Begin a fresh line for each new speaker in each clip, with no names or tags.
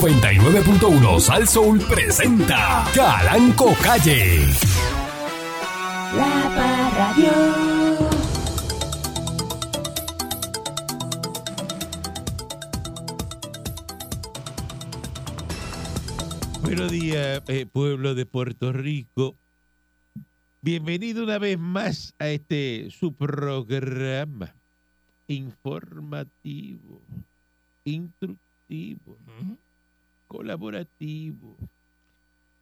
99.1 Sal Soul presenta Calanco Calle.
La Parradio.
Buenos días, eh, pueblo de Puerto Rico. Bienvenido una vez más a este su programa informativo, instructivo, colaborativo.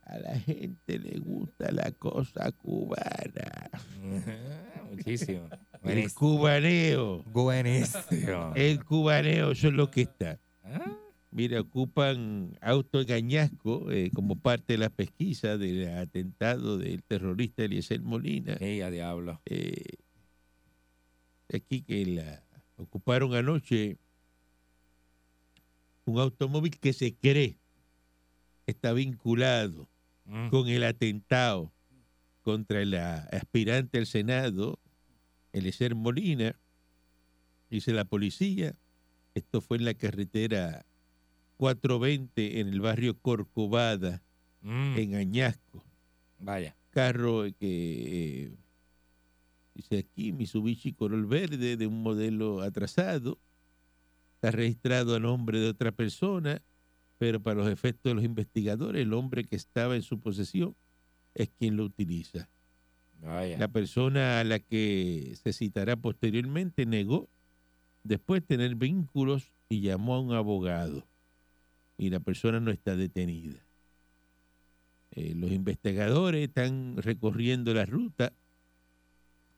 A la gente le gusta la cosa cubana,
Muchísimo.
el cubaneo,
Buenísimo.
el cubaneo, eso es lo que está.
Ah,
Mira, ocupan auto Gañasco eh, como parte de la pesquisa del atentado del terrorista Eliezer Molina.
ey, a diablo.
eh, aquí que la ocuparon anoche un automóvil que se cree está vinculado
Mm.
con el atentado contra la aspirante al Senado, Eliezer Molina, dice la policía. Esto fue en la carretera 420 en el barrio Corcovada,
Mm.
en Añasco
Vaya.
carro eh, que eh, dice aquí Mitsubishi color verde de un modelo atrasado está registrado a nombre de otra persona pero para los efectos de los investigadores el hombre que estaba en su posesión es quien lo utiliza
Vaya.
la persona a la que se citará posteriormente negó después tener vínculos y llamó a un abogado. Y la persona no está detenida. Eh, los investigadores están recorriendo la ruta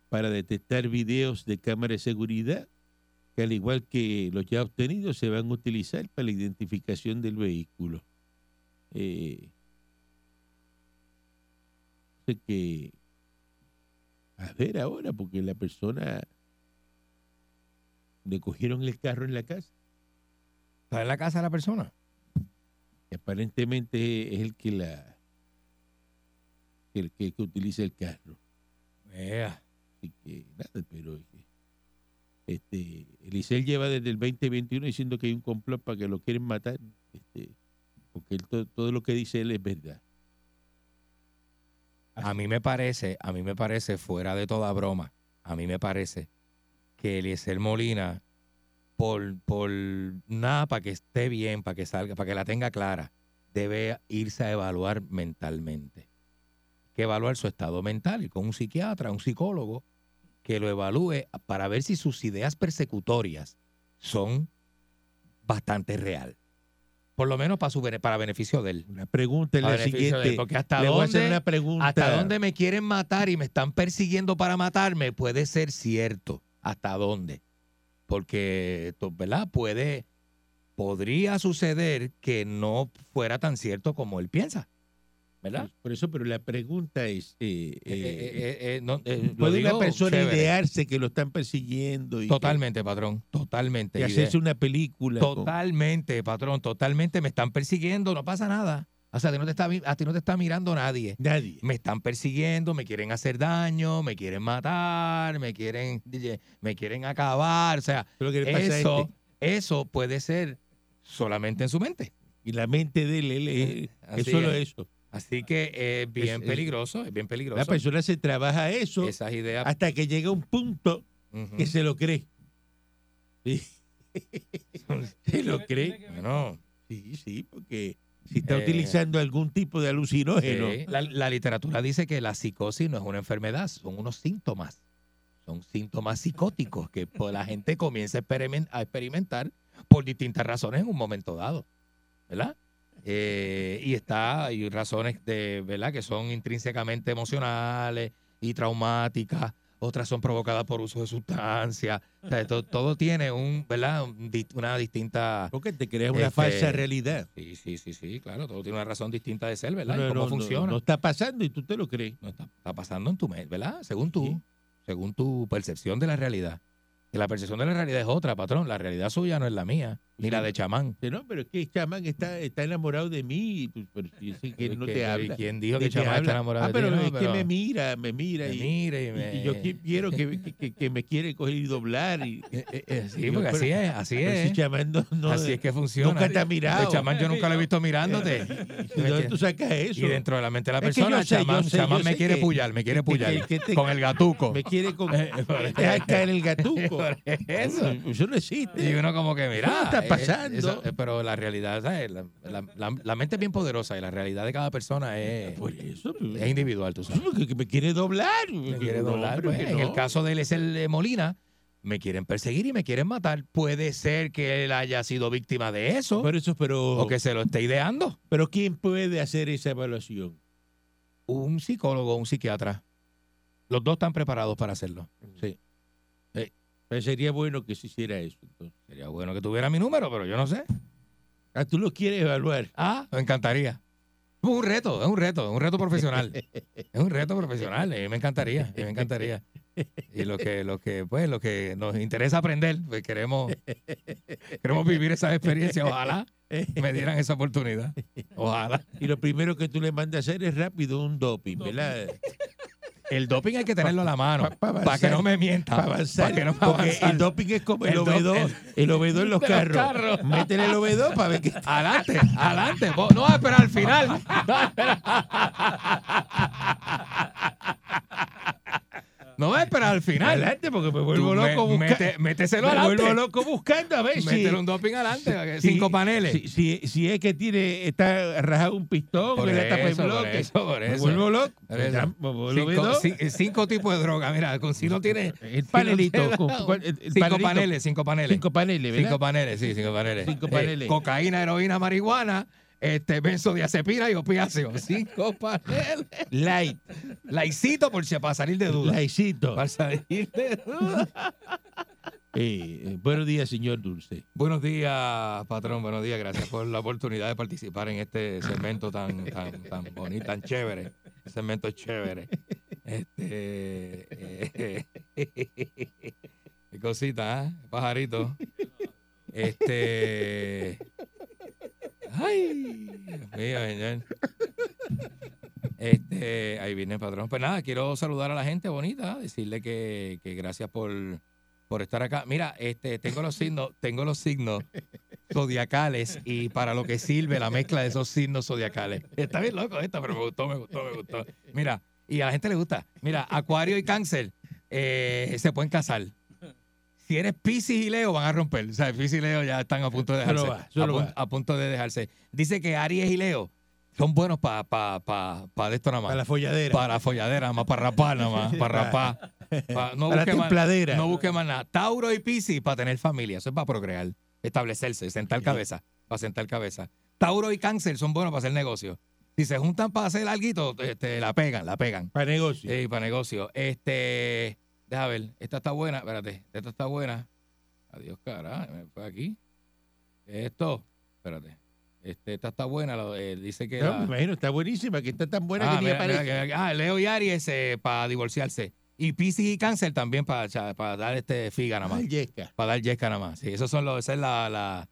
para detectar videos de cámara de seguridad que al igual que los ya obtenidos se van a utilizar para la identificación del vehículo. Eh, sé que a ver ahora, porque la persona le cogieron el carro en la casa
¿Está en la casa de la persona?
y aparentemente es el que la que el que, que utiliza el carro.
Ea.
Así que nada, pero eh, este Elisel lleva desde el 2021 diciendo que hay un complot para que lo quieren matar, este, porque él to- todo lo que dice él es verdad.
A mí me parece, a mí me parece, fuera de toda broma, a mí me parece que Eliezer Molina, por, por nada, para que esté bien, para que salga, para que la tenga clara, debe irse a evaluar mentalmente. Hay que evaluar su estado mental, ir con un psiquiatra, un psicólogo, que lo evalúe para ver si sus ideas persecutorias son bastante real. Por lo menos para, su, bene- para beneficio de él.
La pregunta es
Para
la
beneficio de él,
siguiente.
porque hasta
le voy a hacer
dónde-
una pregunta.
hasta dónde me quieren matar y me están persiguiendo para matarme puede ser cierto. ¿Hasta dónde? Porque esto, ¿verdad? Puede, podría suceder que no fuera tan cierto como él piensa, ¿verdad?
Por eso, pero la pregunta es eh,
Eh,
eh,
eh, eh, eh, no, eh, lo
Puede una
digo
persona
chévere.
idearse que lo están persiguiendo y, que-
Totalmente, patrón. Totalmente.
y
idea.
hacerse una película. con-
Totalmente, patrón. Totalmente. Me están persiguiendo. No pasa nada. O sea, a ti no te está, vi- a ti no te está mirando nadie.
Nadie.
me están persiguiendo, me quieren hacer daño, me quieren matar, me quieren, me quieren acabar. O sea,
Pero lo que le pasa a
eso,
este,
eso puede ser solamente en su mente.
y la mente de él, él es,
Eh, Así
es solo
es.
eso.
Así que es bien
Es- es-
peligroso, es bien
La
peligroso.
persona se trabaja eso
Esas ideas.
hasta que llega un punto
ujú.
que se lo cree. Sí. se lo cree.
Bueno,
Sí, sí, porque si está
Eh,
utilizando algún tipo de alucinógeno,
sí. la, la literatura dice que la psicosis no es una enfermedad, son unos síntomas. Son síntomas psicóticos que pues, la gente comienza a experimen- a experimentar por distintas razones en un momento dado. ¿verdad? Eh, y está, hay razones de, ¿verdad? Que son intrínsecamente emocionales y traumáticas, otras son provocadas por uso de sustancias. O sea, to- todo, tiene un, ¿verdad? Un di- una distinta.
porque te creas una
Este,
falsa realidad.
Sí, sí, sí, sí, claro, todo tiene una razón distinta de ser, ¿verdad?
No,
y
no,
cómo
no,
funciona.
no está pasando y tú te lo crees.
No está, está pasando en tu mente, ¿verdad? Según tú,
Sí.
según tu percepción de la realidad. Que la percepción de la realidad es otra, patrón. La realidad suya no es la mía. ni la de chamán.
Dice, No, pero es que este Chamán está, está enamorado de mí. y tú- Pero yo sé que él no
¿Y
te
qué-
habla.
¿Quién dijo
Ni
que
te
chamán
habla.
está enamorado
ah,
de ti?
pero
No,
es
pero
que me mira, me mira.
me
y,
mira y
y-
me- Eh,
y yo qui- quiero que, que- que- que me quiere coger y doblar. Y,
Sí, porque así es, así
Pero si
es.
chamán no, no-
así es que funciona.
nunca te ha mirado.
El chamán yo nunca lo he visto mirándote.
¿De dónde tú sacas eso?
Y dentro de la mente de la
Es que yo
persona,
sé, yo
chamán,
sé,
chamán
yo
me
sé
quiere
que-
pullar, me quiere
que-
pullar.
que te-
con el gatuco.
Me quiere con.
por eso.
dejar caer el gatuco.
Por eso.
Eso no existe.
Y uno como que, mira,
¿Qué está
eh,
pasando?
eso- eh, pero la realidad, ¿sabes? La, la- la- la mente es bien poderosa y la realidad de cada persona es,
Por eso. pues,
es individual, tú
Sí,
sabes.
porque que me quiere doblar.
Me quiere
No,
doblar,
pero
pues,
que
En el
no.
caso de él es el eh, Molina, me quieren perseguir y me quieren matar. Puede ser que él haya sido víctima de eso
Por eso, pero,
o que se lo esté ideando.
pero ¿quién puede hacer esa evaluación?
Un psicólogo, un psiquiatra. Los dos están preparados para hacerlo. Sí.
Pues sería bueno que se hiciera eso. entonces.
Sería bueno que tuviera mi número, pero yo no sé.
Ah, tú lo quieres evaluar.
Ah, me encantaría. Es un reto, es un reto, es un reto profesional. es un reto profesional, y me encantaría, y me encantaría. Y lo que, lo que, pues, lo que nos interesa aprender, pues queremos, queremos vivir esa experiencia. Ojalá me dieran esa oportunidad. Ojalá.
Y lo primero que tú le mandas a hacer es rápido un doping, ¿verdad?
Ah, El doping hay que tenerlo a la mano
Pa- pa- pa
para
avanzar.
que no me mientan.
Para avanzar.
Para que no me
porque
avanzar.
el doping es como el,
El do-
obedor. El, obedor en los
de los
carros.
carros.
Métele el obedor para ver qué.
Adelante, adelante. Vos- No vas a esperar al final. No vas a esperar. No vas a esperar al final.
Adelante, porque me
Tú
vuelvo
me-
loco buscando.
mete- méteselo
Me
adelante.
vuelvo loco buscando a ver si.
Métele un doping adelante. para que-
si-
cinco paneles.
Si, si- si es que tiene, está rajado un pistón,
Por
que la tapa en
eso, por
bloque.
eso, por
Me
eso.
vuelvo loco.
Por eso.
Ya, me vuelvo
Cinco,
obedor.
ci- cinco tipos de droga. Mira, con, si no tiene.
El panelito. con- ¿cuál- el- el
cinco
panelito?
paneles, cinco paneles.
Cinco paneles, ¿verdad?
Cinco paneles, sí, cinco paneles.
Cinco
Eh,
paneles.
cocaína, heroína, marihuana, este, benzodiazepina y opiáceo. Cinco paneles.
Light.
Laicito por si para salir de duda.
Lightcito.
Para salir de duda.
Eh, eh, buenos días, señor Dulce.
Buenos días, patrón. Buenos días. Gracias por la oportunidad de participar en este segmento tan, tan, tan bonito, tan chévere. Este Segmento chévere. Este. eh, qué cosita, ¿eh? Pajarito. Este. Ay, Dios mío, señor. Este, ahí viene el patrón. Pues nada, quiero saludar a la gente bonita, decirle que, que gracias por, por estar acá. Mira, este, tengo los signos, tengo los signos zodiacales y para lo que sirve la mezcla de esos signos zodiacales. Está bien loco esta, pero me gustó, me gustó, me gustó. Mira, y a la gente le gusta. Mira, Acuario y Cáncer eh, se pueden casar. Si eres Piscis y Leo van a romper. O sea, Piscis y Leo ya están a punto de
Solo
dejarse.
va, solo
a, pun-
va.
a punto de dejarse. Dice que Aries y Leo son buenos para pa, pa, pa de esto nada más.
Para la folladera.
Para folladera, nada más, para rapar, nada más, para rapar. Pa- no
Para la
busque más-
templadera.
no busque más nada. Tauro y Piscis para tener familia, eso es para procrear, establecerse, sentar cabeza, para sentar cabeza. Tauro y Cáncer son buenos para hacer negocio. Si se juntan para hacer alguito, este, la pegan, la pegan.
Para negocio.
Sí, para negocio. Este, déjame ver, esta está buena, espérate, esta está buena. Adiós, cara, me fue aquí. Esto, espérate. Este, esta está buena, la- eh, dice que
No,
la-
me imagino, está buenísima, que está tan buena
ah,
que ni
mira,
aparece.
mira, que- ah, Leo y Aries para divorciarse. Y Piscis y Cáncer también para dar este figa nada más.
Ay, yesca.
Para dar yesca nada más. Sí, esos son los, esa es la, la,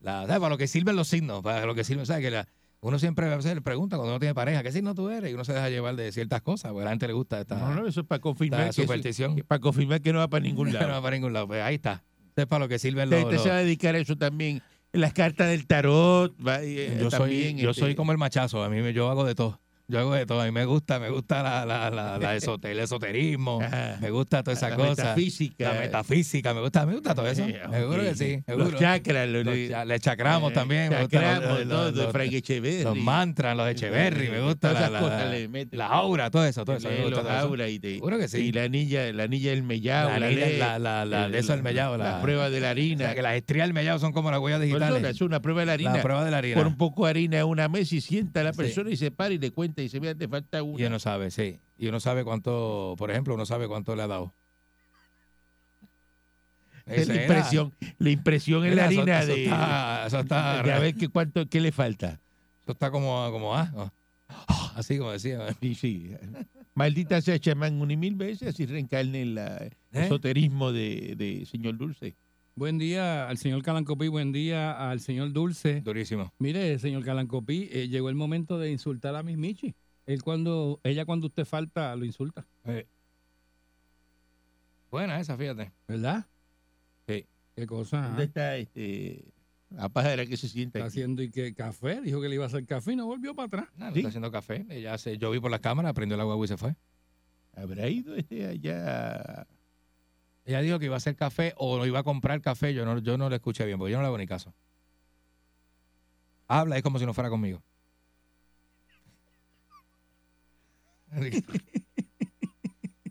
la- ¿sabes? Para lo que sirven los signos. Para lo que sirven, ¿sabes? Que la- uno siempre a veces le pregunta cuando uno tiene pareja, ¿qué signo tú eres? Y uno se deja llevar de ciertas cosas, porque a la gente le gusta esta,
No, no, eso es para
esta
confirmar. Que
superstición.
para confirmar que no va para ningún
Pero no
lado.
va para ningún lado. Pues ahí está. Eso es para lo que sirven
Usted
los...
usted se va a
los-
dedicar a eso también. Las cartas del tarot. va, y, eh,
yo soy,
también,
yo
este,
soy como el machazo. A mí me- yo hago de todo. Yo hago de todo. A mí me gusta, me gusta la, la, la, la esote- el esoterismo.
Ajá.
Me gusta toda esa
la
cosa.
metafísica.
La metafísica, me gusta, me gusta todo eso.
Eh,
Seguro
ok.
que sí, seguro.
Los chakras. Los,
Los cha- le chacramos
eh,
también. me gusta
Chacramos,
los-
todo,
los, los-
de Frank Echeverry.
los mantras, los Echeverry, me gusta
Todas
la,
esas
la,
cosas
la-
le meten.
la aura, todo eso, todo eso. me
Lee
gusta
los
todo eso.
auras y, te-
Seguro que sí.
y la anilla, la anilla del mellado,
La
la,
anilla,
ley,
la- la- la-
eh,
de eso del mellado,
la,
la-
prueba de la
O sea,
harina.
que las estrellas del mellado son como las huellas
Persona,
digitales.
es una prueba de la harina.
La prueba de la harina.
Por un poco de harina en una mesa y sienta a la
Sí.
persona y se para y le cuenta y dice, mira, te falta
Y
una.
uno sabe, sí. Y uno sabe cuánto, por ejemplo, uno sabe cuánto le ha dado.
Es
Esa
la
era-
impresión, la impresión en la
Mira, eso-
harina
eso
de,
está- eso está-
de a ver qué, cuánto, qué le falta.
Eso está como, como ah, ah, ah, así como decía.
Sí, sí. Maldita sea chamán un y mil veces, así reencarne el
¿Eh?
esoterismo de, de señor Dulce.
Buen día al señor Calancopí, buen día al señor Dulce.
Durísimo.
Mire, señor Calancopí, eh, llegó el momento de insultar a Miss Michi. Él cuando, ella cuando usted falta, lo insulta,
Buena esa, fíjate.
¿verdad?
Sí.
Qué cosa.
¿Dónde
¿ah?
está este, la pájara que se sienta
Está
aquí?
haciendo y que café, dijo que le iba a hacer café y no volvió para atrás.
No, no
Sí.
está haciendo café. Ella se, yo vi por la cámara, prendió la guagua y se fue.
¿Habrá ido este allá?
Ella dijo que iba a hacer café o lo iba a comprar café. Yo no, yo no la escuché bien, porque yo no le hago ni caso. Habla, es como si no fuera conmigo.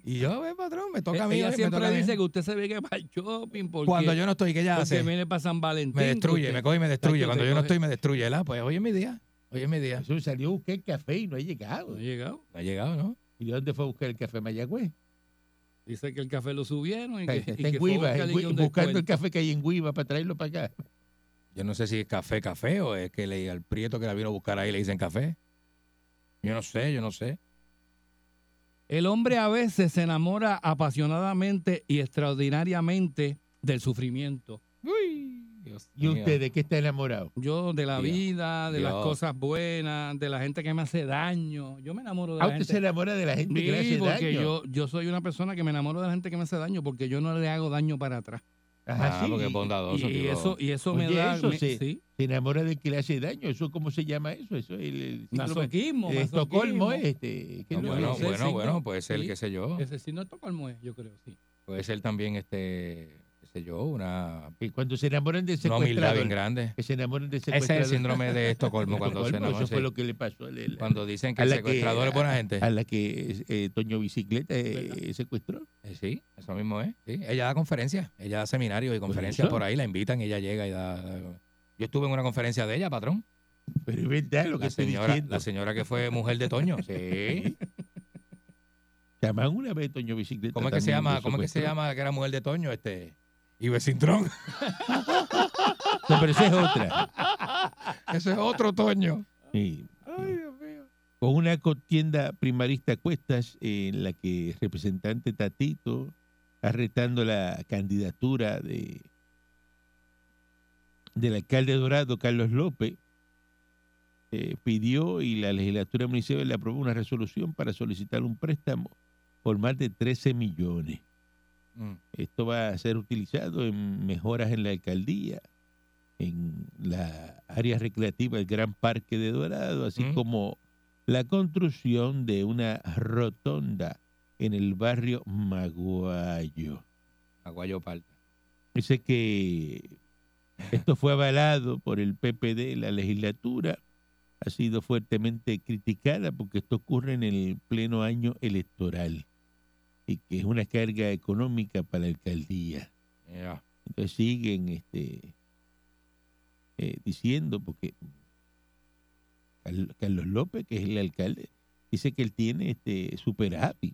y yo, eh, patrón, me toca a mí.
ella
eh, me toca a
siempre
mí.
dice que usted se ve que va al shopping porque,
Cuando yo no estoy, ¿qué ella
porque
hace? Me
viene para San Valentín. que
destruye,
usted-
me coge y me destruye.
Tacho,
Cuando
te
yo no
coge.
estoy, me destruye. ¿verdad? Pues hoy es mi día. Hoy es mi día.
Jesús salió a buscar café y no ha
No
llegado.
ha llegado.
No ha llegado, ¿no?
¿Y dónde fue a buscar el café Mayagüez?
Dice que el café lo subieron y que, y
Está en
que fue a
Guiva, en
buscarle
Gui-
que un
buscando el
descuento.
café que hay en Guiva para traerlo para acá.
Yo no sé si es café, café, o es que le, al prieto que la vino a buscar ahí le dicen café. Yo no sé, yo no sé.
El hombre a veces se enamora apasionadamente y extraordinariamente del sufrimiento.
¿Y usted de qué Ah, está enamorado?
Yo de la
Dios.
vida, de las
Dios.
cosas buenas, de la gente que me hace daño. Yo me enamoro de
Ah,
la
usted
gente.
se enamora de la gente que le
Sí,
hace
porque
daño.
yo, yo soy una persona que me enamoro de la gente que me hace daño porque yo no le hago daño para atrás.
Ajá,
Ah,
Oh, sí.
porque es
Y,
bondadoso.
y
tipo.
eso, y eso me
Oye,
da...
eso
me-
sí.
sí.
Se enamora del que le hace daño. ¿Eso cómo se llama eso? Eso es el, el síndrome
Masoquismo,
de
masoquismo.
Estocolmo es este. ¿Qué
No,
es lo
yo
bueno,
no
que
sé,
bueno,
sí,
bueno,
no.
puede ser,
Sí.
qué sé yo.
Ese sí no Estocolmo es, yo creo, sí.
Puede ser también, este, qué sé yo, una,
es? Que cuando se enamoran del
una humildad bien
secuestrador.
grande.
que se enamoran del
Ese es
secuestrador.
el síndrome de Estocolmo cuando se
Estocolmo,
enamora,
Eso fue
sí.
lo que le pasó a la-
Cuando dicen que
a
el
la que-
secuestrador es buena gente.
a la que eh, Toño Bicicleta eh, secuestró.
Eh, Sí, eso mismo es. sí. Ella da conferencias, ella da seminarios y conferencias
eso.
por ahí, la invitan y ella llega y da. da- Yo estuve en una conferencia de ella, patrón.
Pero es verdad lo que
La
estoy
señora,
diciendo.
la señora que fue mujer de Toño. Sí.
Llamaban una vez Toño Bicicleta.
¿Cómo es que se
también lo
llama? ¿Cómo es que se
secuestró.
llama que era mujer de Toño? Este. Ibesintrón.
No, pero esa es otra.
Ese es otro Toño.
Sí.
Ay, Dios mío.
Con una contienda primarista a cuestas eh, en la que el representante Tatito está retando la candidatura de del alcalde de dorado, Carlos López, eh, pidió y la legislatura municipal le aprobó una resolución para solicitar un préstamo por más de 13 millones.
Mm.
Esto va a ser utilizado en mejoras en la alcaldía, en la área recreativa del Gran Parque de Dorado, así
Mm.
como la construcción de una rotonda en el barrio Maguayo.
Aguayo Palta.
Dice que esto fue avalado por el PPD, la legislatura, ha sido fuertemente criticada porque esto ocurre en el pleno año electoral y que es una carga económica para la alcaldía.
Ya.
Entonces eh, siguen este, eh, diciendo, porque Carl- Carlos López, que es el alcalde, dice que él tiene este superávit.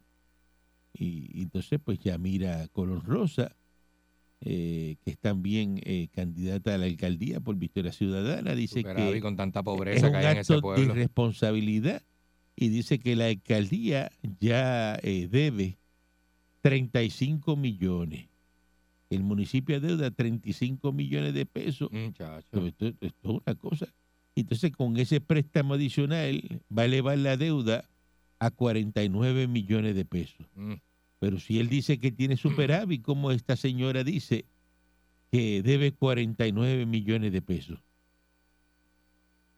Y, y entonces pues ya mira a Color Rosa, eh, que es también eh, candidata a la alcaldía por Victoria Ciudadana, dice
Superávit
que
con tanta
es
pobreza
un
que hay en ese
acto de
pueblo.
irresponsabilidad y dice que la alcaldía ya eh, debe 35 millones. El municipio deuda 35 millones de pesos.
Mm. Muchacho.
Pero Esto, esto es una cosa. Entonces, con ese préstamo adicional, va a elevar la deuda a 49 millones de pesos.
Mm.
Pero si él dice que tiene superávit, como esta señora dice que debe 49 millones de pesos.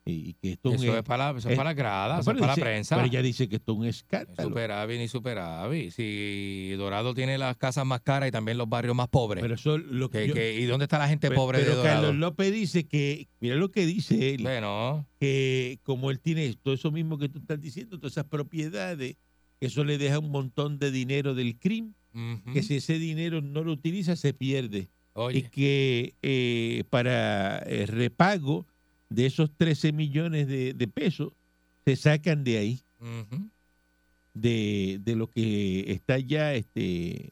Y, y que esto es un
Eso
es-
es para, la- eso es
es-
para la grada,
no,
eso es
pero
para la
dice-
prensa.
Pero ella dice que esto es un escándalo.
Superavi ni superavi. Si Dorado tiene las casas más caras y también los barrios más pobres.
Pero eso lo
Que-
yo-
que- ¿Y dónde está la gente
pe-
pobre
pero
de Dorado?
Carlos López dice que, mira lo que dice él,
Bueno,
que como él tiene todo eso mismo que tú estás diciendo, todas esas propiedades, eso le deja un montón de dinero del crimen,
ujú.
que si ese dinero no lo utiliza se pierde. y
Oye,
que eh, para el repago de esos 13 millones de, de pesos se sacan de ahí,
ujú.
de, de lo que está ya este,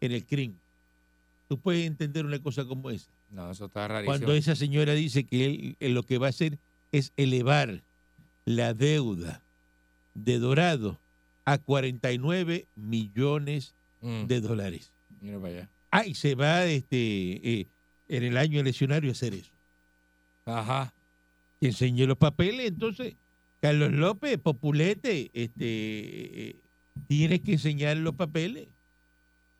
en el crimen. Tú puedes entender una cosa como esa.
no, eso está rarísimo.
Cuando esa señora dice que él, eh, lo que va a hacer es elevar la deuda de Dorado a 49 millones
Mm,
de dólares.
mira para allá.
Ay, se va este eh, en el año eleccionario hacer eso.
Ajá.
Que enseñe los papeles. Entonces, Carlos López, Populete, este, eh, tienes que enseñar los papeles.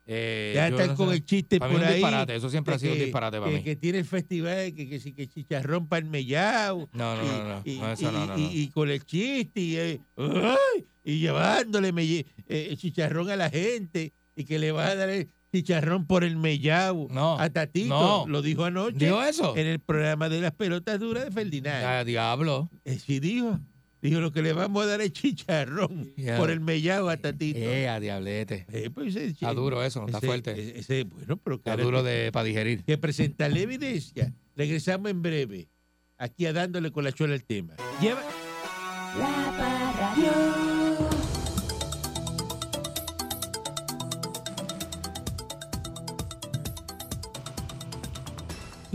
Eh,
ya
yo
están
no
con
sé.
el chiste
Para
por
mí es un
ahí.
disparate, eso siempre ha
de
sido un
que-
disparate para
que,
mí.
que tiene el festival, que, que, sí, que chicharrón palmellao.
no, no,
y-
no, no,
y-
no, eso
y-
no, no,
y-
no.
y con el chiste y, eh, ¡ay! y llevándole melle- eh, el chicharrón a la gente y que le va a dar el chicharrón por el mellao
No,
a Tatito
no.
lo dijo anoche
¿Dijo eso?
en el programa de las pelotas duras de Ferdinand
Ah, diablo.
Eh, sí dijo dijo lo que le vamos a dar es chicharrón
Ya.
por el mellao a Tatito
Eh, a diablete.
Eh, pues, eh,
Está
eh,
duro eso, no está
ese-
fuerte.
ese- ese, bueno pero
Está
cara,
duro de, para digerir.
que presenta la evidencia regresamos en breve aquí a dándole con la chola el tema Lleva-
La Parradio.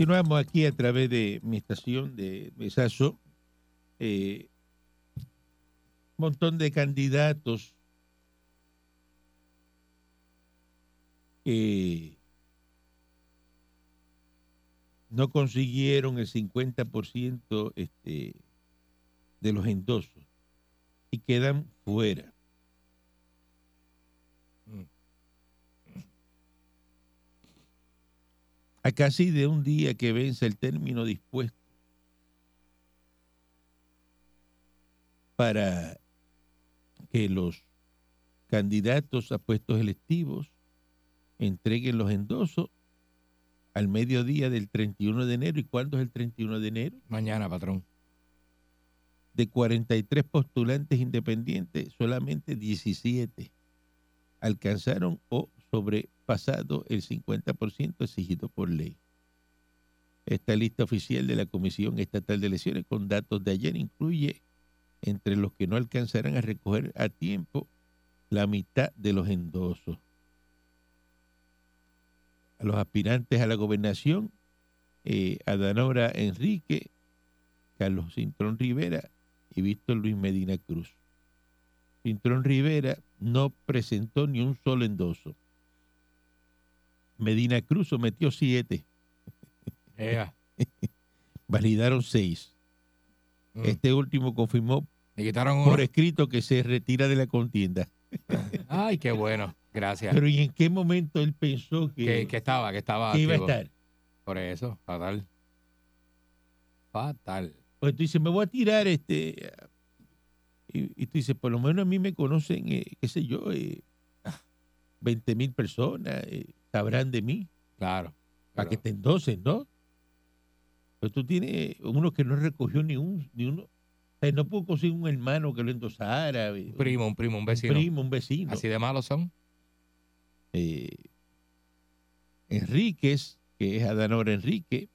Continuamos aquí a través de mi estación de Besazo. Eh, montón de candidatos que no consiguieron el 50% este, de los endosos y quedan fuera. a casi de un día que vence el término dispuesto para que los candidatos a puestos electivos entreguen los endosos al mediodía del 31 de enero. ¿Y cuándo es el 31 de enero?
Mañana, patrón.
de 43 postulantes independientes, solamente 17 alcanzaron o sobrepasado el 50% exigido por ley. Esta lista oficial de la Comisión Estatal de Elecciones con datos de ayer incluye entre los que no alcanzarán a recoger a tiempo la mitad de los endosos. A los aspirantes a la gobernación, eh, Adanora Enrique, Carlos Cintrón Rivera y Víctor Luis Medina Cruz. Cintrón Rivera no presentó ni un solo endoso. Medina Cruz sometió siete,
Ea.
validaron seis.
Mm.
Este último confirmó
Le quitaron
por
uno.
escrito que se retira de la contienda.
Ay, qué bueno. Gracias.
Pero ¿y en qué momento él pensó que,
Que, que estaba, que estaba.
que iba a
activo.
estar?
Por eso, fatal. Fatal.
Pues tú dices, me voy a tirar este... Y, y tú dices, por lo menos a mí me conocen, eh, qué sé yo, eh, 20 mil personas, eh, sabrán de mí.
Claro.
para que
Pero-
te endosen, ¿no? Pero tú tienes uno que no recogió ni, un, ni uno. O sea, no pudo conseguir un hermano que lo endosara. eh,
Un primo, un primo, un
un
vecino.
primo, un vecino.
Así de malos son.
Eh, Enríquez, que es Adanora Enrique,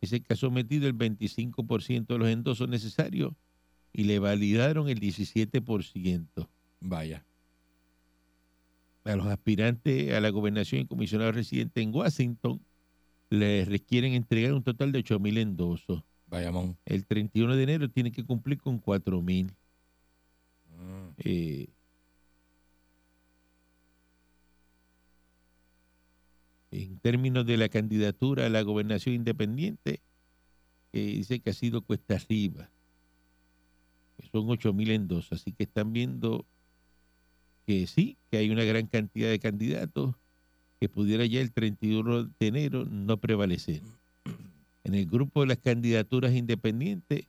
es el que ha sometido el 25% de los endosos necesarios y le validaron el 17%.
Vaya.
a los aspirantes a la gobernación y comisionados residentes en Washington les requieren entregar un total de 8.000 endosos.
Vaya, mon.
El 31 de enero tienen que cumplir con 4.000.
Mm.
eh. en términos de la candidatura a la gobernación independiente, eh, dice que ha sido cuesta arriba. que Son 8.000 endosos, así que están viendo que sí, que hay una gran cantidad de candidatos que pudiera ya el 31 de enero no prevalecer. En el grupo de las candidaturas independientes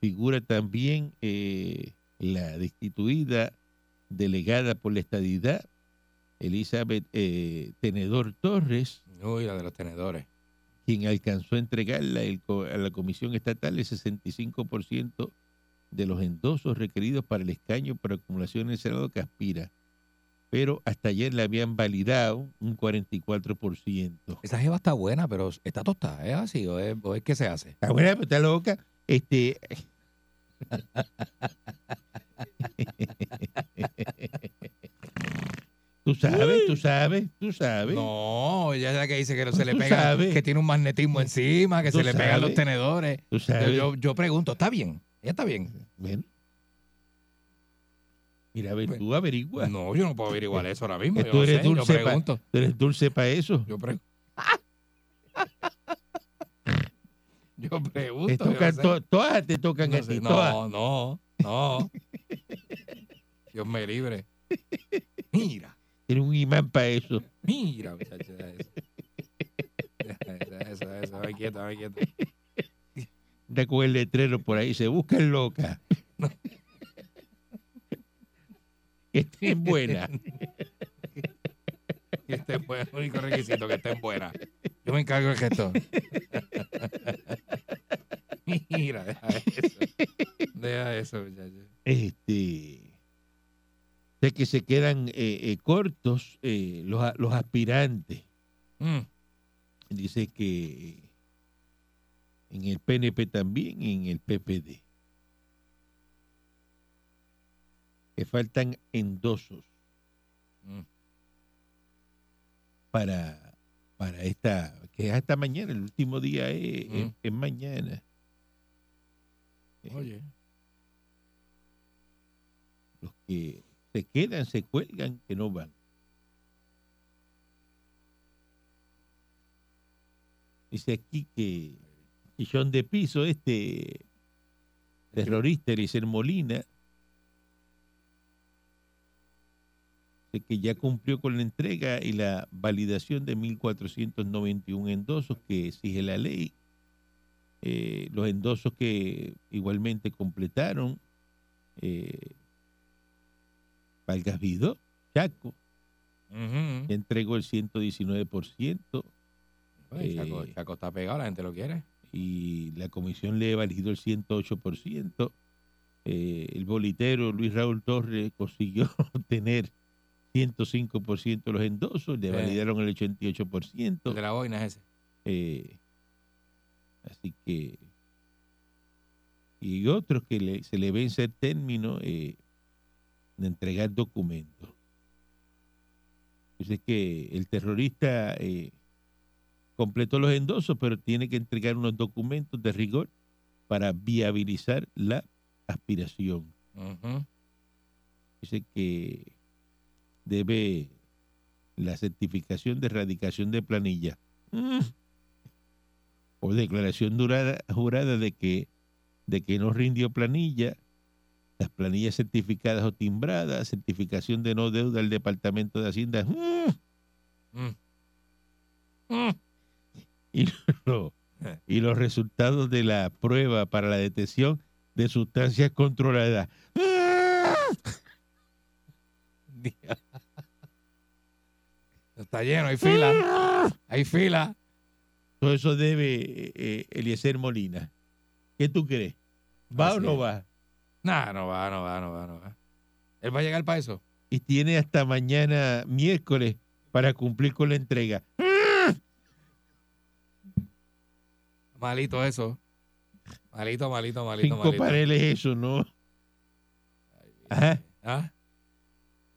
figura también eh, la destituida delegada por la estadidad, Elizabeth eh, Tenedor Torres,
Uy, la de los tenedores.
quien alcanzó a entregarla el co- a la Comisión Estatal el 65% de los endosos requeridos para el escaño por acumulación en el Senado que aspira. Pero hasta ayer le habían validado un 44%.
Esa jeva está buena, pero está tostada. ¿Es así o es, o es que se hace?
Está buena, pero está loca. Este. tú sabes, tú sabes, tú sabes.
No, ella es la que dice que no
Tú
se le pega,
sabes.
que tiene un magnetismo encima, que
Tú
se le pegan
sabes.
los tenedores.
Tú
Yo,
sabes.
yo, yo pregunto, ¿está bien? ¿Ella está bien?
Bueno. Mira, a ver, tú averigua.
No, yo no puedo averiguar eso ahora mismo.
Que
Yo,
tú
no
eres
sé, yo
dulce pa-
pregunto.
tú eres dulce para eso.
Yo pregunto.
Yo pregunto.
Les
yo no
tocan
sé.
to- todas te tocan
No,
a
sé.
ti, todas.
No, no, no. Dios me libre. Mira,
Tiene un imán para eso.
mira, muchacho. deja Eso, Deja eso, deja eso. Ay, quieto, ay, quieto.
Anda con el letrero por ahí, se buscan loca. Estén buena.
Que estén buenas, el único requisito, que estén buenas. Yo me encargo del gestor. Mira, deja eso. Deja eso, muchacho.
Este, sé que se quedan eh, eh, cortos eh, los, a- los aspirantes.
Mm,
Dice que en el PNP también y en el PPD. Que faltan endosos
mm.
para, para esta, que es hasta mañana, el último día es, es-
Mm.
es mañana.
Oye.
los que se quedan, se cuelgan, que no van. Dice aquí que sillón de piso, este terrorista, Eliezer Molina, de que ya cumplió con la entrega y la validación de 1.491 endosos que exige la ley. Eh, los endosos que igualmente completaron eh, Vargas Vidó, Chaco,
ujú.
ya entregó el 119%
Oye, Chaco,
eh,
Chaco está pegado, la gente lo quiere.
y la comisión le validó el 108%. Eh, el bolitero Luis Raúl Torres consiguió obtener 105% de los endosos, le
Sí.
validaron el
El de
88%.
la boina es ese.
eh, así que... Y otros que le- se le vence el término eh, de entregar documentos. Dice que el terrorista eh, completó los endosos, pero tiene que entregar unos documentos de rigor para viabilizar la aspiración.
Ujú.
Dice que debe la certificación de erradicación de planilla Mm. o declaración durada- jurada de que, de que no rindió planilla, las planillas certificadas o timbradas, certificación de no deuda al Departamento de Hacienda. Mm.
Mm. Mm.
y, lo- y los resultados de la prueba para la detección de sustancias controladas.
Está lleno, hay fila. Hay fila.
Todo eso debe eh, eh, Eliezer Molina. ¿Qué tú crees? ¿Va
Así
o no
es.
va?
Nah, no va, no va, no va, no va. Él va a llegar para eso.
Y tiene hasta mañana miércoles para cumplir con la entrega.
Malito eso. Malito, malito, malito,
Cinco
malito.
paneles eso, ¿no? Ajá.
¿Ah?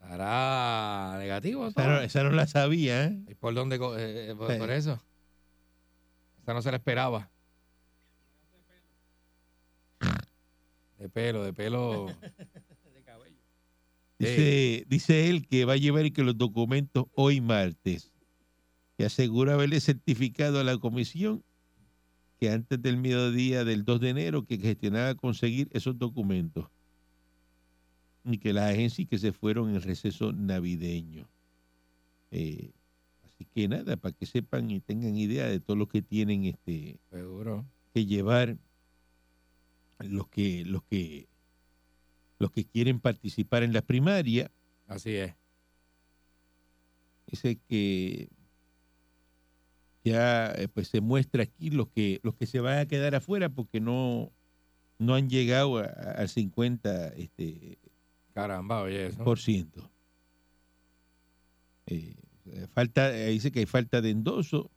Estará negativo todo.
Esa no, esa no la sabía, ¿eh?
¿Y por dónde? co- eh, eh, por,
Sí.
por eso. Esa no se la esperaba. De pelo, de pelo.
Dice, dice él que va a llevar y que los documentos hoy martes. Y asegura haberle certificado a la comisión que antes del mediodía del 2 de enero que gestionaba conseguir esos documentos. Y que las agencias que se fueron en receso navideño. Eh, así que nada, para que sepan y tengan idea de todo lo que tienen este,
Seguro.
que llevar los que los que los que quieren participar en la primaria
Así es.
dice que ya eh, pues se muestra aquí los que los que se van a quedar afuera porque no no han llegado a- a- al 50 este
Caramba, oye eso.
por ciento Eh, falta eh, dice que hay falta de endoso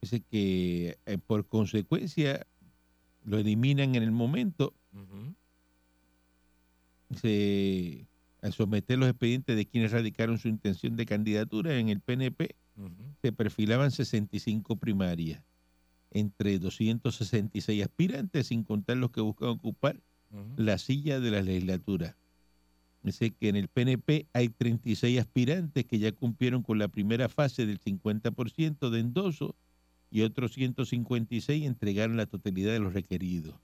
dice que eh, por consecuencia lo eliminan en el momento
Ujú.
se al someter los expedientes de quienes radicaron su intención de candidatura en el PNP,
Ujú.
se perfilaban 65 primarias, entre 266 aspirantes, sin contar los que buscan ocupar
Ujú.
la silla de la legislatura. Dice que en el PNP hay 36 aspirantes que ya cumplieron con la primera fase del 50% de endoso y otros 156 entregaron la totalidad de los requeridos.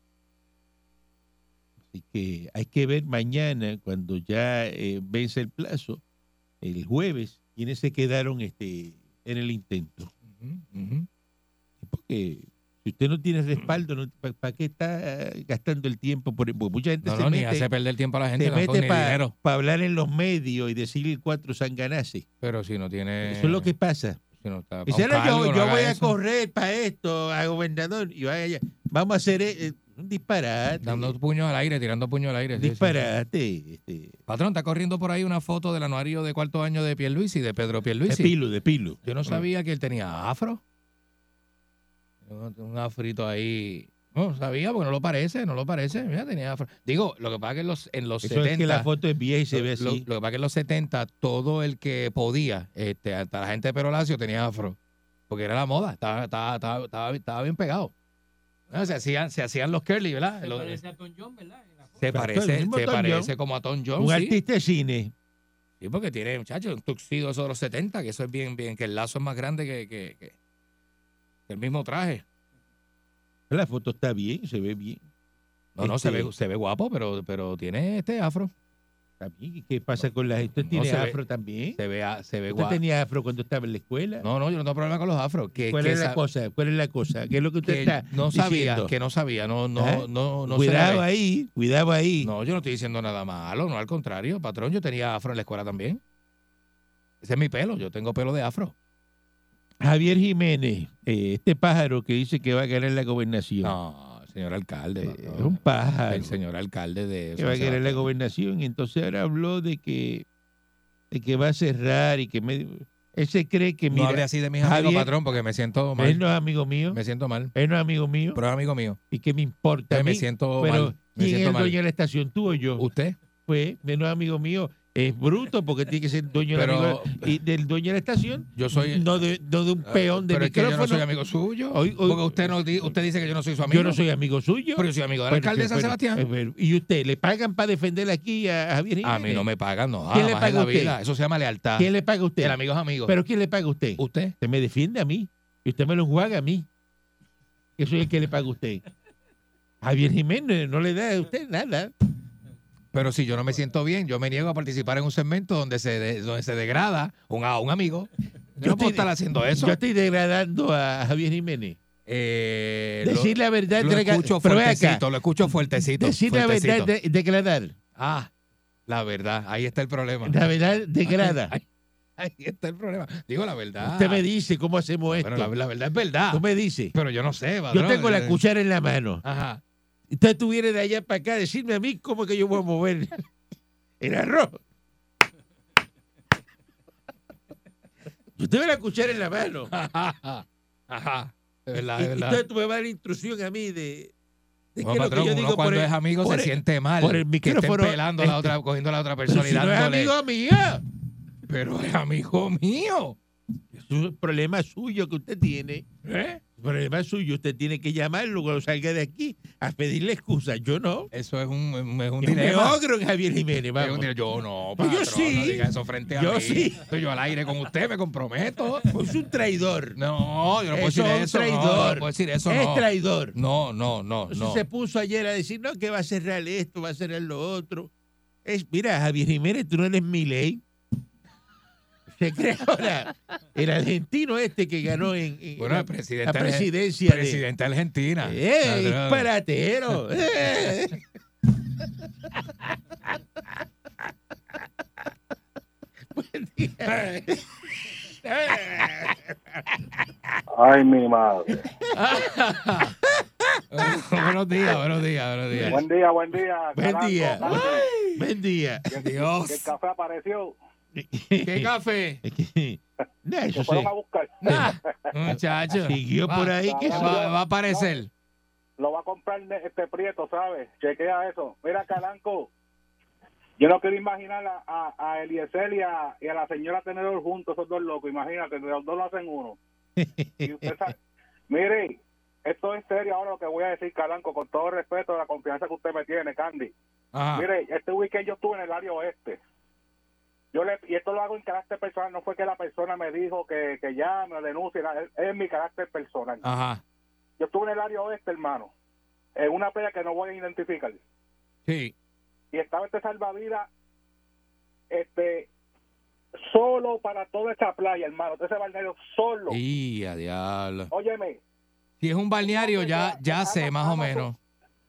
Así que hay que ver mañana, cuando ya eh, vence el plazo, el jueves, quiénes se quedaron este, en el intento.
Ujú, ujú.
Porque si usted no
Mm.
tiene respaldo, ¿para qué está eh, gastando el tiempo? Por, porque mucha gente
No,
se
no, ni
mete,
hace perder tiempo a la gente,
se
no hace
mete
ni
para
dinero.
hablar en los medios y decir cuatro sanganaces.
Pero si no tiene.
Eso es lo que pasa.
si no está pa'
Y
un
si ahora
cargo,
yo,
no
yo
haga
voy a
eso.
correr para esto, a gobernador, y vaya, allá. vamos a hacer eh, un disparate.
Dando puños al aire, tirando puños al aire.
un
sí, sí, sí.
disparate. Este,
Patrón, está corriendo por ahí una foto del anuario de cuarto año de Pierluisi, de Pedro
de
Pierluisi.
pilo, de pilo.
Yo no sabía que él tenía afro. Un un afrito ahí. No sabía, porque no lo parece, no lo parece. Mira, tenía afro. Digo, lo que pasa que en los, en los
Eso
70.
es que la foto es vieja y se
lo,
ve
lo-
así.
lo que pasa que en los 70, todo el que podía, este, hasta la gente de pelo lacio tenía afro. Porque era la moda, estaba, estaba, estaba, estaba- estaba bien pegado. No, se, hacían, se hacían los curly, ¿verdad? Los-
a Tom John, ¿verdad? En la foto.
se
Exacto,
parece,
el mismo
se
Tom
parece
Jones.
como a Tom Jones.
un
sí.
artista de cine.
Sí, porque tiene, muchachos, un tuxido eso de los 70, que eso es bien, bien, que el lazo es más grande que, que- que- que el mismo traje.
La foto está bien, se ve bien.
No, no, se
Este-
ve, se ve guapo, pero, pero tiene este afro.
Está bien. ¿Y ¿Qué pasa con la gente?
No
tiene
se ve-
afro también?
Se ve, a- se ve
¿Usted
guapo.
tenía afro cuando estaba en la escuela?
No, no, yo no tengo problema con los afros. Que,
¿Cuál
que
es la
esa-
cosa? ¿Cuál es la cosa? ¿Qué es lo que usted
que
está
no sabía,
diciendo?
que no sabía, no, no,
Ajá.
no, no se
cuidado
la ve.
ahí, cuidado ahí.
No, yo no estoy diciendo nada malo, no, al contrario, patrón, yo tenía afro en la escuela también. Ese es mi pelo, yo tengo pelo de afro.
Javier Jiménez, eh, este pájaro que dice que va a ganar la gobernación.
No, señor alcalde,
Eh,
patrón.
es un pájaro
el señor alcalde de
que va a
San
querer la
Sebastián.
gobernación. Entonces ahora habló de que, de que va a cerrar y que me, él se cree que
no hable
mira,
así de mis
Javier-
amigos, patrón, porque me siento mal.
él no es amigo mío,
Me siento mal.
él no es amigo mío
Pero es amigo mío.
y que me importa. a
me
mí.
siento
pero
mal. Me
¿quién es
siento
el
mal.
dueño de la estación? ¿Tú o yo?
¿Usted?
Pues, él no es amigo mío. Es bruto porque tiene que ser dueño
Pero-
de la, amigo- y del dueño de la estación,
Yo soy. Eh, ah,
no de, no de un peón de
pero es que yo
micrófono.
no soy amigo suyo.
Hoy- hoy-
porque usted, no, di- usted dice que yo no soy su amigo.
Yo no soy amigo suyo.
Pero yo soy amigo del
Bueno,
alcalde
sí,
de San
bueno,
Sebastián.
es ver- ¿Y usted le pagan para defender aquí a Javier
a
Jiménez?
mí no me pagan, no.
¿Quién le paga
jamás en
a
la
usted?
vida. Eso se llama lealtad.
¿Quién le paga a usted?
El amigo es amigo.
¿Pero quién le paga a usted?
¿Usted?
Usted me defiende a mí. Y usted me lo enjuaga a mí. Yo soy el que le paga a usted. Javier Jiménez no le da a usted nada.
Pero si yo no me siento bien, yo me niego a participar en un segmento donde se, de- donde se degrada un, a un amigo. Yo no puedo
estoy-
estar haciendo eso.
Yo estoy degradando a Javier Jiménez.
Eh, lo-
Decir la verdad,
lo,
entrega-
escucho
pero ven acá,
fuertecito, lo escucho fuertecito.
Decir la
fuertecito.
verdad, de- degradar.
Ah, la verdad, ahí está el problema.
La verdad, degrada.
Ay, Ahí está el problema. Digo la verdad.
Usted me dice cómo hacemos esto.
Bueno, la, la verdad es verdad.
Tú me dices.
Pero yo no sé,
Yo
patrón. eh,
tengo la cuchara en la mano.
Ajá.
Usted tú vienes de allá para acá a decirme a mí cómo que yo voy a mover el arroz. Yo tengo la cuchara en la mano.
Ajá. Ajá. Es verdad,
Y-
es
y
verdad.
Entonces tú me vas a dar instrucción a mí de, de qué
No,
es lo que
patrón,
yo
uno
digo por
cuando
el-
es amigo
por
se
el-
siente mal.
por el
que estén
micrófono,
pelando a la
este.
otra, cogiendo a la otra
Pero
persona
si
y
no es
dándole.
amigo mío.
Pero es amigo mío.
Es un problema suyo que usted tiene.
¿Eh?
Un problema suyo. Usted tiene que llamarlo cuando salga de aquí a pedirle excusas. Yo no.
Eso es un, es un
Yo me
dilema.
ogro en Javier Jiménez.
Es
Vamos.
un dilema. Yo no,
Pues
patrón,
yo sí.
no diga eso frente a
Yo
mí.
sí.
Estoy yo al aire con usted, me comprometo.
Es un traidor.
No, yo no puedo
Eso
decir
es un
eso. no, yo No,
traidor.
puedo decir eso,
es
no.
traidor.
No, no, no,
Entonces
no.
Pues se puso ayer a decir, no, que va a cerrar esto, va a cerrar lo otro. Es, mira, Javier Jiménez, tú no eres mi ley. Se cree ahora el argentino este que ganó en, en
Bueno,
la,
el
la
presidente arge-
presidencia de-
Presidente de Argentina.
¡Eh,
Ladrón.
disparatero! ¡Eh! Buen día.
Ay, mi madre.
buenos días, buenos días, buenos días.
Buen día, buen día.
Buen
Calanco,
día.
Calanco,
Buen día.
que el
Dios.
café apareció.
¿Qué café?
No, eso se
Lo fueron a buscar.
Nah, muchacho.
siguió
Va,
por ahí. que
va,
se-
Va, va a aparecer.
Lo va a comprar ne- este Prieto, ¿sabes? Chequea eso. Mira, Calanco, yo no quiero imaginar a, a, a Eliezer y a, y a la señora Tenedor juntos, esos dos locos. Imagínate, los dos lo hacen uno. Y usted sabe- Mire, esto es serio ahora lo que voy a decir, Calanco, con todo respeto a la confianza que usted me tiene, Candy.
Ajá.
Mire, este weekend yo estuve en el área oeste. Yo Yo le, y esto lo hago en carácter personal, no fue que la persona me dijo que, que ya me denuncie, era- es, es mi carácter personal.
Ajá.
Yo estuve en el área oeste, hermano, en una playa que no voy a identificar.
Sí.
y estaba este salvavidas este solo para toda esa playa, hermano, todo ese balneario solo.
Y a diablo.
Óyeme,
Si es un balneario, ya, ya sé más o menos.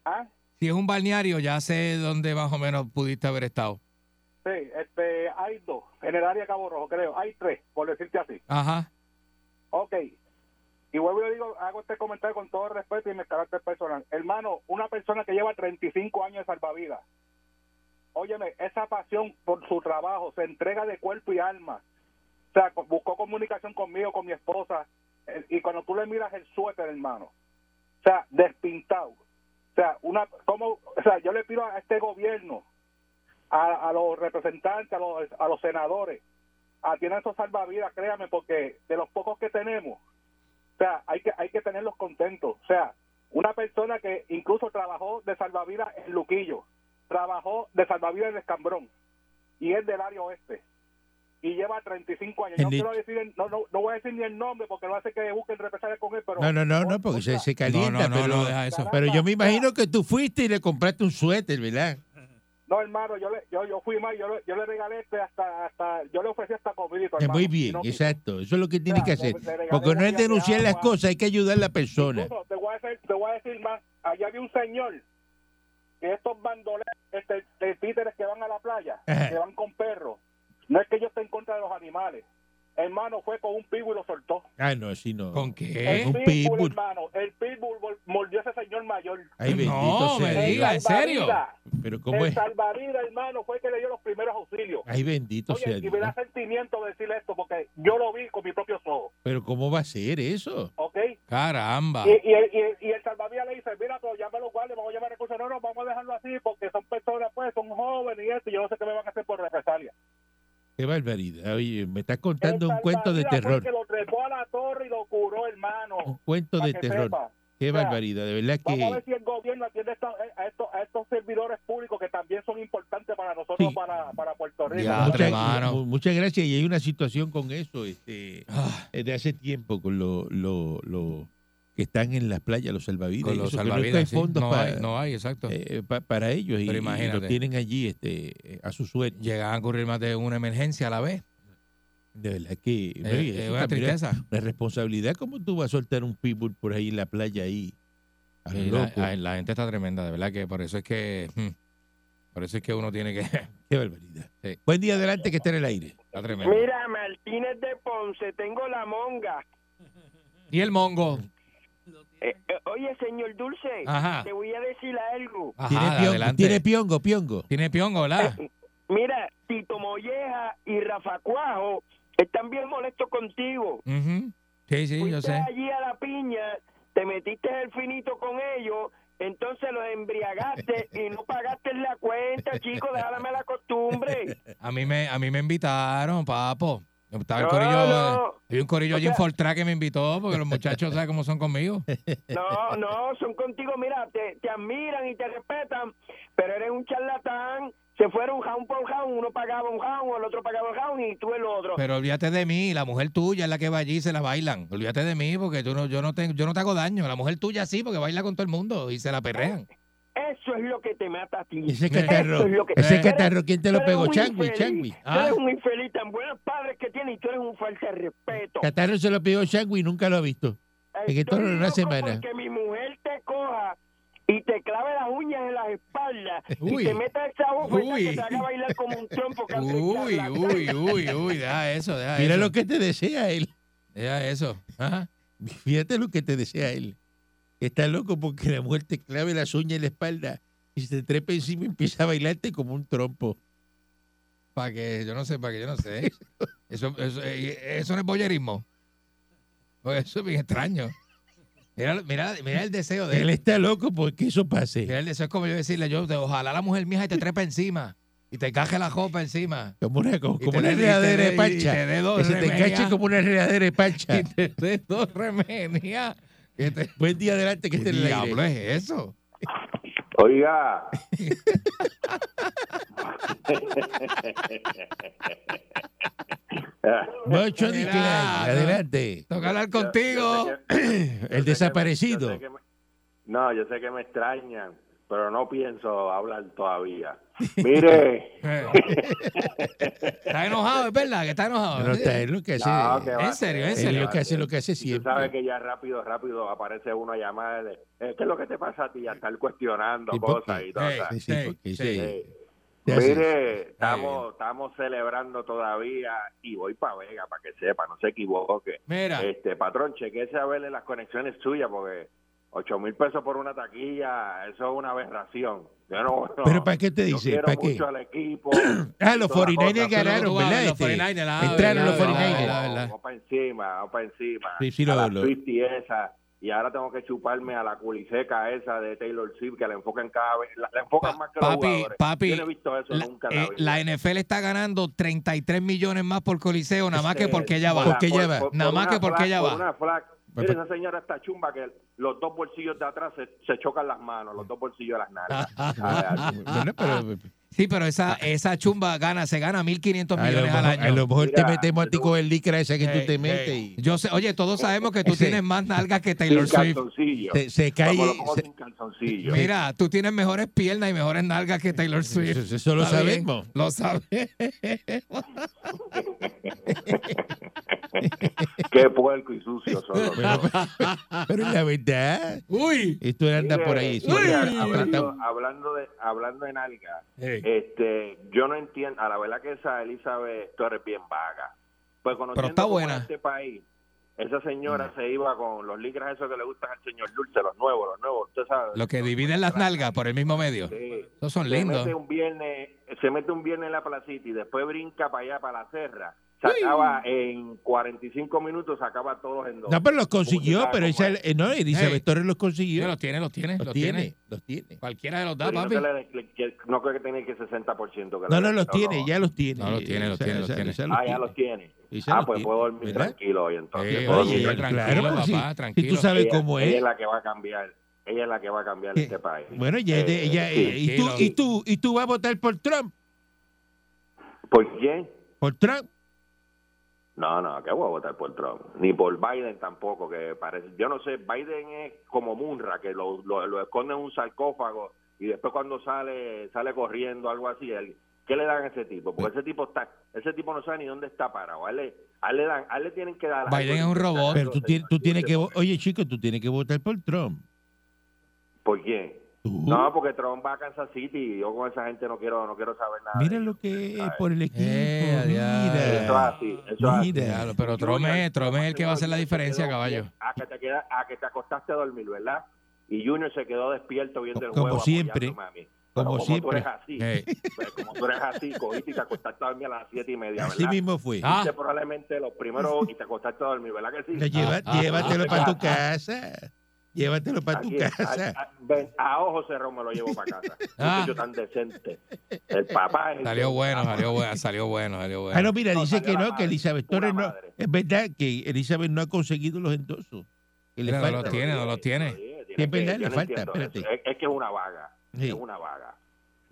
¿ah?
Si es un balneario, ya sé dónde más o menos pudiste haber estado.
Sí, este, hay dos, en el área de Cabo Rojo, creo, hay tres, por decirte así.
Ajá.
Ok. Y vuelvo y le digo, hago este comentario con todo respeto y mi carácter personal. Hermano, una persona que lleva 35 años de salvavidas, óyeme, esa pasión por su trabajo, se entrega de cuerpo y alma. O sea, co- buscó comunicación conmigo, con mi esposa, eh, y cuando tú le miras el suéter, hermano, o sea, despintado. O sea, una, como, o sea, yo le pido a este gobierno, a, a los representantes, a los, a los senadores, atiendan esos salvavidas, créame, porque de los pocos que tenemos, o sea, hay que, hay que tenerlos contentos. O sea, una persona que incluso trabajó de salvavidas en Luquillo, trabajó de salvavidas en Escambrón, y es del área oeste, y lleva 35 años.
En
no,
el-
quiero decir el- no, no, no voy a decir ni el nombre porque no hace que busquen represalias con él, pero...
No, no, no, no, porque se, se
No,
calienta,
no, no,
pero,
no, deja eso.
pero yo me imagino que tú fuiste y le compraste un suéter, ¿verdad?
No, hermano, yo, le, yo, yo fui mal, yo le, yo le regalé este hasta, hasta, yo le ofrecí hasta comidito,
Eh,
hermano.
Muy bien,
No,
exacto. Eso es lo que tienes que
Mira, pues,
hacer.
le- le regalé
Porque no es
botellas de
denunciar las
agua.
cosas, hay que ayudar a la persona.
incluso te voy, a decir, te voy a decir más, allá había un señor que estos bandoleros, este, de títeres que van a la playa,
Ajá.
que van con perros, no es que yo esté en contra de los animales, hermano, fue con un pitbull y lo soltó.
Ah, no, así no.
¿Con
Eh,
qué?
el
un
pitbull,
pitbull.
hermano, el pitbull vol- mordió a ese señor mayor.
Ay, bendito
No,
sea
me
Dios.
diga, ¿en serio?
salvavidas,
Pero ¿cómo
El
es?
salvavidas, hermano, fue el que le dio los primeros auxilios.
Ay, bendito sea
Oye, y me
Dios.
da sentimiento decirle esto porque yo lo vi con mis propios ojos,
Pero ¿cómo va a ser eso?
¿ok?
Caramba.
Eh.
Y, y, el- y, el- y el salvavidas le dice, mira, pero llama a los guardias, vamos a llamar recursos. No, no, vamos a dejarlo así porque son personas, pues, son jóvenes y esto, y yo no sé qué me van a hacer por represalia.
Qué barbaridad. Oye, me estás
El
contando un cuento de
salvavidas fue el
terror.
que lo trepó a la torre y lo curó, hermano.
Un cuento
para
de
que
terror.
sepa.
Qué
O sea,
barbaridad. De verdad
Vamos a ver
que...
si el gobierno atiende a estos, a estos, a estos servidores públicos que también son importantes para nosotros,
Sí.
para, para Puerto Rico.
Ya.
Muchas-
Padre, mano.
mu- muchas gracias. Y hay una situación con eso este,
Ah,
de hace tiempo con los lo, lo que están en las playas, los salvavidas.
con
y
los
eso, que no es que
salvavidas. sí.
hay fondos
No
para,
hay, no hay, exacto.
eh, pa- para ellos y,
Pero
y
imagínate.
lo tienen allí este, eh, a su suerte.
Llegan a ocurrir más de una emergencia a la vez.
De verdad que no, y
Eh,
eso
es una
también
tristeza.
La responsabilidad, ¿cómo tú vas a soltar un pitbull por ahí en la playa ahí? A lo
Y Eh, la,
loco.
la- la gente está tremenda, de verdad que por eso es que hmm, por eso es que uno tiene que está
Qué barbaridad.
Sí.
Buen día adelante que esté en el aire.
tremendo.
Mira, Martínez de Ponce, tengo la monga.
Y el mongo.
Eh, eh, oye, señor Dulce,
Ajá.
te voy a decir algo.
Ajá,
tiene,
de
piongo,
adelante.
tiene piongo, piongo.
Tiene piongo, ¿verdad?
Mira, Tito Molleja y Rafa Cuajo están bien molestos contigo.
Ujú. Sí, sí, yo
Fuiste
sé.
allí a la piña, te metiste el finito con ellos, entonces los embriagaste y no pagaste la cuenta, chico, déjame la costumbre.
A mí me, a mí me invitaron, papo. Estaba el
No,
corillo,
no.
eh, hay un corillo
O
allí en
sea-
Fortrack que me invitó, porque los muchachos saben cómo son conmigo.
No, no, son contigo, mira, te, te admiran y te respetan, pero eres un charlatán. Se fueron jaun por jaun, uno pagaba un jaun, el otro pagaba un jaun y tú el otro.
Pero olvídate de mí, la mujer tuya es la que va allí y se la bailan. Olvídate de mí, porque tú no, yo no te, yo no te hago daño. La mujer tuya sí, porque baila con todo el mundo y se la perrean.
Eso es lo que te mata a ti.
Ese
Eso
catarro,
es lo que-
ese
Tú eres-
catarro, ¿quién te lo
tú eres
pegó?
un
Changui,
infeliz.
Changui.
Tú
Ah.
eres un infeliz tan buenos padres que tienes y tú eres un falta de respeto.
Catarro se lo pidió Shangui y nunca lo ha visto. en esto
Estoy
en una
loco
semana.
Porque mi mujer te coja y te clave las uñas en las espaldas
Uy.
y te meta esa bofetada
Uy.
que te haga bailar como un trompo. que hace
Uy,
charlatán.
uy, uy, uy, deja eso, deja
Mira
eso.
lo que te desea él.
Deja eso. Ajá.
Fíjate lo que te desea él. Está loco porque la mujer te clave las uñas en la espalda y se te trepa encima y empieza a bailarte como un trompo.
Para que yo no sé, para que yo no sé. Eso, eso, eh, eso no es boyerismo. Eso es bien extraño. Mira, mira, mira el deseo de
Él
él.
está loco porque eso pase.
Mira el deseo es como yo decirle, yo, de- ojalá la mujer mía se te trepa encima y te encaje la ropa encima.
Como una, como
Y
como
te
una
dé- y te
enredadera
dé-
de
y te dé
pancha.
dos
Que se te
remedias.
enganche como una enredadera de pancha.
Y te dé dos remedias. Que te-
Buen día adelante que
¿Qué
esté en el aire.
diablo es eso?
Oiga,
Mucho
Mira,
disclaimer.
no.
Adelante.
Toca hablar
Yo- yo
contigo.
sé que- yo sé que me-
desaparecido.
yo sé que me- no, yo sé que me extrañan, pero no pienso hablar todavía. Mire,
Está enojado, es verdad que está enojado.
No
Sí.
está, es lo que hace.
No, que ah, va.
En serio, en
es
serio.
lo que hace, lo que hace
tú
siempre.
sabes que ya rápido, rápido aparece uno a llamarle. eh, ¿Qué es lo que te pasa a ti? A estar cuestionando
Sí, porque-
cosas y todo.
Eh,
Sí, sí,
Sí,
porque
sí.
sí.
Eh,
te hace-
Mire, estamos, estamos celebrando todavía y voy para Vega para que sepa, no se equivoque.
Mira,
Este patrón, chequese a verle las conexiones suyas porque ocho mil pesos por una taquilla, eso es una aberración. Yo no, no-
Pero ¿para qué te
yo
dice?
quiero
¿Para qué?
mucho al equipo.
Ah, los 49ers
Todas las
ganaron,
cosas.
¿verdad?
Los
este?
49ers, la
Entraron los
verdad, la
49ers.
verdad, la verdad.
Vamos para encima, vamos para encima.
Sí, sí, lo-
a la
lo-
Swiftie esa. Y ahora tengo que chuparme a la culiseca esa de Taylor Swift que la enfocan cada vez, la, la enfocan
Pa-
más que los
papi,
jugadores.
papi,
Yo no he visto eso
la,
nunca. en
eh,
vida.
la NFL está ganando 33 millones más por Coliseo, nada más que porque ella va.
Por la-
Porque ella
por-
va.
por-
Nada
por
más
una
que porque
flag-
ella
por
va.
una flag.
Pues,
Mira, esa señora está chumba que los dos bolsillos de atrás se, se chocan las manos, los dos bolsillos de las nalgas.
Ah, bueno, pero
Sí, pero esa, esa chumba gana, se gana 1.500
a lo,
millones
mejor,
al
a lo
año.
mejor te
Mira,
metemos a ti
yo-
con el licra esa que
Ey,
tú te metes
ey.
y
Yo sé, oye, todos sabemos que tú
Ese-
tienes más nalgas que
Sin
Taylor Swift.
calzoncillo.
se, se cae.
Como lo pongo
se-
sin calzoncillo.
Mira, tú tienes mejores piernas y mejores nalgas que Taylor Swift.
eso, eso lo
Está bien,
sabemos.
Lo sabes.
Qué puerco y sucio son los
Pero,
dos.
pero es la verdad,
Uy.
esto anda por ahí.
Mire,
sí,
mire,
anda-
hablando,
anda-
hablando de hablando de nalga, este, yo no entiendo, a la verdad que esa Elizabeth Torres es bien vaga. Pues conociendo
está
cómo es
buena.
este país, esa señora se iba con los licras esos que le gustan al señor Dulce, los nuevos, los nuevos, usted sabe.
Lo que dividen las nalgas por el mismo medio.
Sí.
Esos son
se
lindos.
mete un viernes, se mete un viernes en la placita y después brinca para allá para la serra. Sacaba en 45 minutos sacaba todos en dos.
No, pero los consiguió,
Como
pero
tú
esa,
sabes
eh, no, Elizabeth
Ey.
Torres los
Sí,
consiguió.
los tiene, los tiene,
los
los tiene.
tiene, los tiene.
Cualquiera de los da,
Pero
papi.
No, que le- que- no creo que tiene que 60%. Que
Ah, No,
le-
no, los tiene, ya los tiene.
No, los tiene, los
Esa-
tiene, los
esa-
tiene.
esa
Ah, ya los tiene.
Esa
Ah,
los
pues
tiene,
puedo dormir
¿verdad?
tranquilo hoy entonces.
Eh,
Puedo
oye,
dormir
ya
tranquilo.
tranquilo,
pues,
papá,
si- Si
tranquilo.
tú sabes
ella,
cómo
ella
es.
es la que va a cambiar. Ella es la que va a cambiar
Eh,
este país.
Bueno, ya,
Eh,
de- ella,
sí.
eh, y, tú, y, tú, y tú vas a votar por Trump.
¿Por quién?
Por Trump.
No, no, que voy a votar por Trump. Ni por Biden tampoco, que parece. Yo no sé, Biden es como Munra, que lo, lo, lo esconde en un sarcófago y después cuando sale sale corriendo, algo así. él- ¿Qué le dan a ese tipo? Porque ese tipo está, ese tipo no sabe ni dónde está parado. A él, le- a él le dan, a él le tienen que dar.
Biden es un robot.
Pero tú, tienes, tú tienes que. vo- Oye, chico, tú tienes que votar por Trump.
¿Por quién?
Tú.
No, porque Trump va a Kansas City y yo con esa gente no quiero, no quiero saber nada.
Mira
de
lo
ellos.
que es
¿sabes?
por el equipo.
Eh,
Eso es
mira.
así, eso es así.
Mira.
Diablo, pero Trome es, Trome es el que va a hacer la diferencia, caballo.
A Ah, que te, queda, a que te acostaste a dormir, ¿verdad? Y Junior se quedó despierto viendo el
Como
juego.
siempre.
apoyándome a mí. Pero
Como
Tú
siempre.
eres así,
Eh,
pues, como tú eres así, cogiste y te acostaste a dormir a las siete y media, ¿verdad?
Así mismo fue.
Ah,
Hiciste probablemente los primeros y te acostaste a dormir, ¿verdad que sí?
Lo lleva-
ah,
llévatelo
ah,
para tu
ah.
casa. Llévatelo para tu
Aquí,
casa.
A, a- ven, a ojo cerrado me lo llevo para casa.
Ah.
Un muchacho tan decente. El papá es el
salió
que-
bueno, salió bueno, salió bueno, salió
Ah, no,
bueno.
mira,
No,
dice
salió
que
la
no, que
madre,
Elizabeth
pura
Torres no.
madre.
Es verdad que Elizabeth no ha conseguido los endosos. Que le
Mira, no lo
faltan.
tiene, no lo tiene.
Sí,
Sí, es verdad,
yo
le
no
falta,
entiendo
espérate.
eso. Es, es que es una vaga.
Sí.
Es una vaga.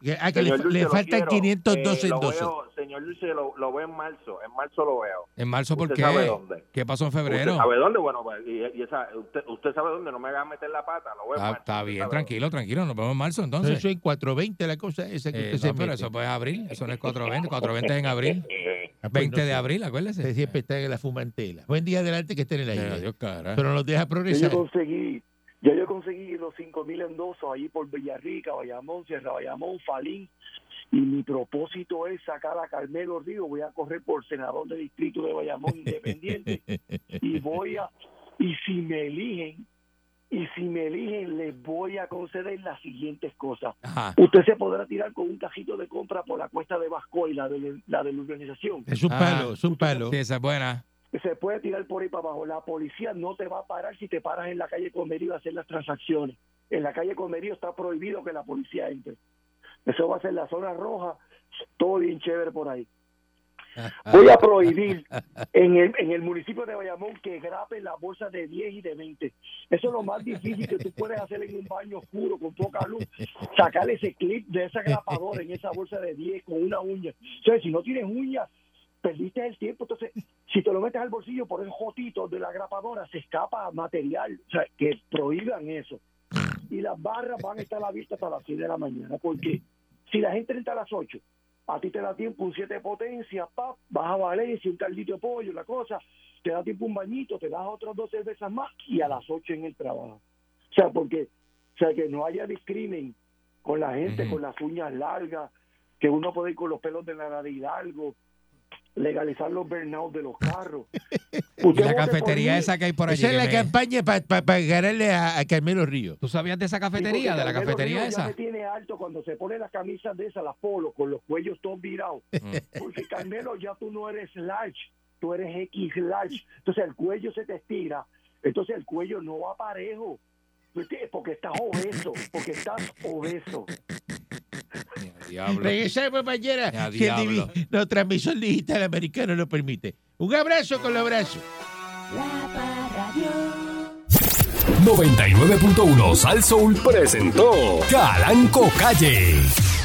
Que- ah, que le,
Señor
fa-
Dulce,
le
lo
faltan
quiero.
502
Eh, lo
endosos.
veo, señor Dulce, lo, lo veo en marzo. En marzo lo veo.
¿En marzo por
¿Usted
qué?
sabe dónde?
¿Qué pasó en
¿Usted
febrero?
sabe dónde? Bueno, pues, y, y esa, usted, usted sabe dónde. No me haga meter la pata. Lo veo en
Ah,
Está, Ah,
marzo.
está
Usted
bien,
sabe
tranquilo, tranquilo. Nos vemos en marzo entonces.
Eso en 420 la cosa esa que
Eh,
usted se
no, pero
mete.
eso pues es abril, eso no es 420, 420 es en abril.
dónde.
Ah, pues,
20
no
de
sé.
abril,
Usted
acuérdese.
siempre está en la fumantela. Buen día adelante que esté en el
Pero
aire.
Dios, cara.
Pero nos deja
Ya yo
progresar.
conseguí, ya yo conseguí los 5.000 endosos allí por Villarrica, Bayamón, Sierra Bayamón, Falín. Y mi propósito es sacar a Carmelo Río. Voy a correr por senador del distrito de Bayamón independiente. y voy a, y si me eligen, y si me eligen, les voy a conceder las siguientes cosas.
Ajá.
Usted se podrá tirar con un cajito de compra por la cuesta de Vasco y la de la, de la urbanización.
Es un
Ah.
palo, es un palo.
Sí, esa es buena.
se puede tirar por ahí para abajo. La policía no te va a parar si te paras en la calle Comerío a hacer las transacciones. En la calle Comerío está prohibido que la policía entre. Eso va a ser la zona roja, todo bien chévere por ahí.
Voy a prohibir en el, en el municipio de Bayamón que graben las bolsas de 10 y de 20. Eso es lo más difícil que tú puedes hacer en un baño oscuro con poca luz. Sacar ese clip de esa grapadora en esa bolsa de 10 con una uña. Entonces, si no tienes uñas, perdiste el tiempo. Entonces, si te lo metes al bolsillo por el jotito de la grapadora, se escapa material. O sea, que prohíban eso. Y las barras van a estar abiertas hasta las 6 de la mañana, porque si la gente entra a las 8, a ti te da tiempo un 7 de potencia, pap, vas a Valencia, un caldito de pollo, la cosa, te da tiempo un bañito, te das otras dos cervezas más y a las 8 en el trabajo. O sea, porque, o sea, que no haya discrimen con la gente,
Ujú.
con las uñas largas, que uno puede ir con los pelos de la nariz largo, legalizar los burnout de los carros.
Y
Usted vote
la
por
cafetería
mí.
esa que hay por allí.
Esa es
que
la
me-
campaña para ganarle a, a Carmelo Río.
¿Tú sabías de esa cafetería,
Sí,
de la
porque Carmelo
cafetería
Ríos ya
esa?
me tiene alto cuando se pone las camisas de esas, las polos, con los cuellos todos virados.
Mm.
Porque Carmelo, ya tú no eres large, tú eres X large. Entonces el cuello se te estira, entonces el cuello no va parejo. ¿Por qué? Porque estás obeso, porque estás obeso.
Diablo.
Regresamos mañana.
Ya,
si el
diablo.
divi- no, transmisión digital americana lo permite. Un abrazo con los brazos.
La Parradio.
99.1 Sal Soul presentó Calanco Calle.